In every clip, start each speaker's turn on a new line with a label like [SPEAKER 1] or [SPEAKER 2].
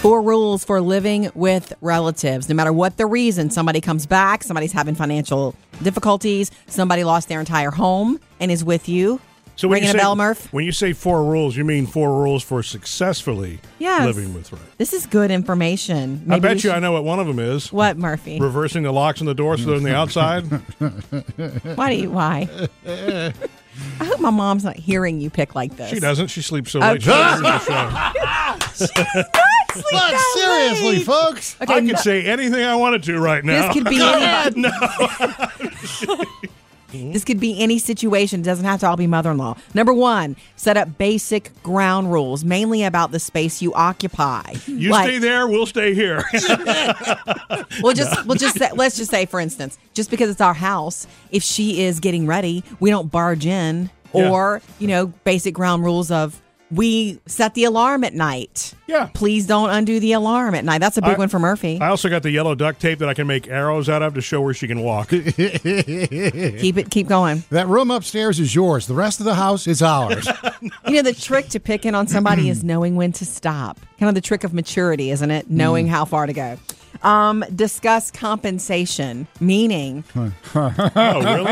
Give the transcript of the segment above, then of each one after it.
[SPEAKER 1] Four rules for living with relatives. No matter what the reason, somebody comes back, somebody's having financial difficulties, somebody lost their entire home and is with you.
[SPEAKER 2] So
[SPEAKER 1] ringing
[SPEAKER 2] you say,
[SPEAKER 1] a bell, Murph.
[SPEAKER 2] When you say four rules, you mean four rules for successfully
[SPEAKER 1] Yes.
[SPEAKER 2] living with right.
[SPEAKER 1] This is good information.
[SPEAKER 2] I
[SPEAKER 1] Maybe we
[SPEAKER 2] bet you
[SPEAKER 1] should-
[SPEAKER 2] I know what one of them is.
[SPEAKER 1] What, Murphy?
[SPEAKER 2] Reversing the locks on the door so they're on the outside.
[SPEAKER 1] Why do you? Why? I hope my mom's not hearing you pick like this.
[SPEAKER 2] she doesn't. She sleeps so
[SPEAKER 1] Oh,
[SPEAKER 2] late. She doesn't do the show.
[SPEAKER 1] Sleep
[SPEAKER 3] But
[SPEAKER 1] that
[SPEAKER 3] seriously,
[SPEAKER 1] late.
[SPEAKER 3] folks.
[SPEAKER 1] Okay,
[SPEAKER 2] I could say anything I wanted to right now.
[SPEAKER 1] This could be any, this could be any situation. It doesn't have to all be mother-in-law. Number one, set up basic ground rules, mainly about the space you occupy.
[SPEAKER 2] You
[SPEAKER 1] Like-
[SPEAKER 2] stay there, we'll stay here.
[SPEAKER 1] We'll just we'll just say, let's just say, for instance, just because it's our house, if she is getting ready, we don't barge in,
[SPEAKER 2] Yeah.
[SPEAKER 1] or you know, basic ground rules of we set the alarm at night.
[SPEAKER 2] Yeah.
[SPEAKER 1] please don't undo the alarm at night. That's a big
[SPEAKER 2] I-
[SPEAKER 1] one for Murphy.
[SPEAKER 2] I also got the yellow duct tape that I can make arrows out of to show where she can walk.
[SPEAKER 1] keep it, keep going.
[SPEAKER 3] That room upstairs is yours. The rest of the house is ours.
[SPEAKER 1] You know, the trick to picking on somebody is knowing when to stop. Kind of the trick of maturity, isn't it?
[SPEAKER 3] Mm.
[SPEAKER 1] Knowing how far to go. Um, discuss compensation, meaning,
[SPEAKER 2] oh, really?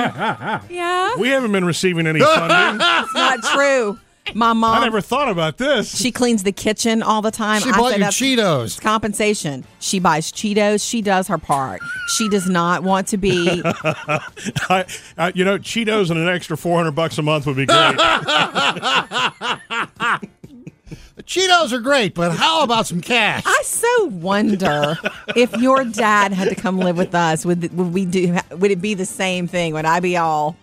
[SPEAKER 1] yeah,
[SPEAKER 2] We haven't been receiving any funding.
[SPEAKER 1] it's not true. My mom,
[SPEAKER 2] I never thought about this.
[SPEAKER 1] she cleans the kitchen all the time.
[SPEAKER 3] She
[SPEAKER 1] I
[SPEAKER 3] bought
[SPEAKER 1] said
[SPEAKER 3] you
[SPEAKER 1] that's-
[SPEAKER 3] Cheetos.
[SPEAKER 1] It's compensation. She buys Cheetos. She does her part. She does not want to be.
[SPEAKER 2] I, I, you know, Cheetos and an extra 400 bucks a month would be great.
[SPEAKER 3] Cheetos are great, but how about some cash?
[SPEAKER 1] I so wonder if your dad had to come live with us, would would we do? Would it be the same thing? Would I be all?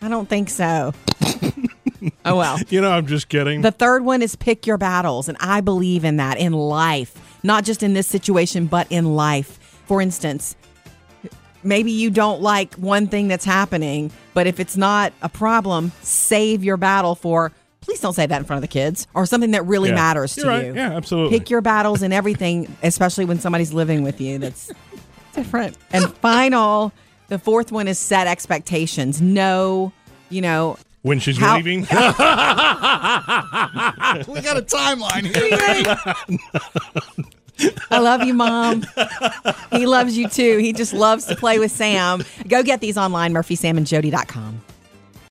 [SPEAKER 1] I don't think so. oh well.
[SPEAKER 2] you know, I'm just kidding.
[SPEAKER 1] The third one is pick your battles. And I believe in that in life, not just in this situation, but in life. For instance, maybe you don't like one thing that's happening, but if it's not a problem, save your battle for please don't say that in front of the kids or something that really
[SPEAKER 2] Yeah.
[SPEAKER 1] matters to
[SPEAKER 2] You're right.
[SPEAKER 1] you.
[SPEAKER 2] Yeah, absolutely.
[SPEAKER 1] Pick your battles in everything, especially when somebody's living with you that's different. And final, the fourth one is set expectations. No, you know,
[SPEAKER 2] when she's
[SPEAKER 1] How-
[SPEAKER 2] leaving.
[SPEAKER 3] we got a timeline here.
[SPEAKER 1] I love you, Mom. He loves you too. He just loves to play with Sam. Go get these online, murphysamandjody.com.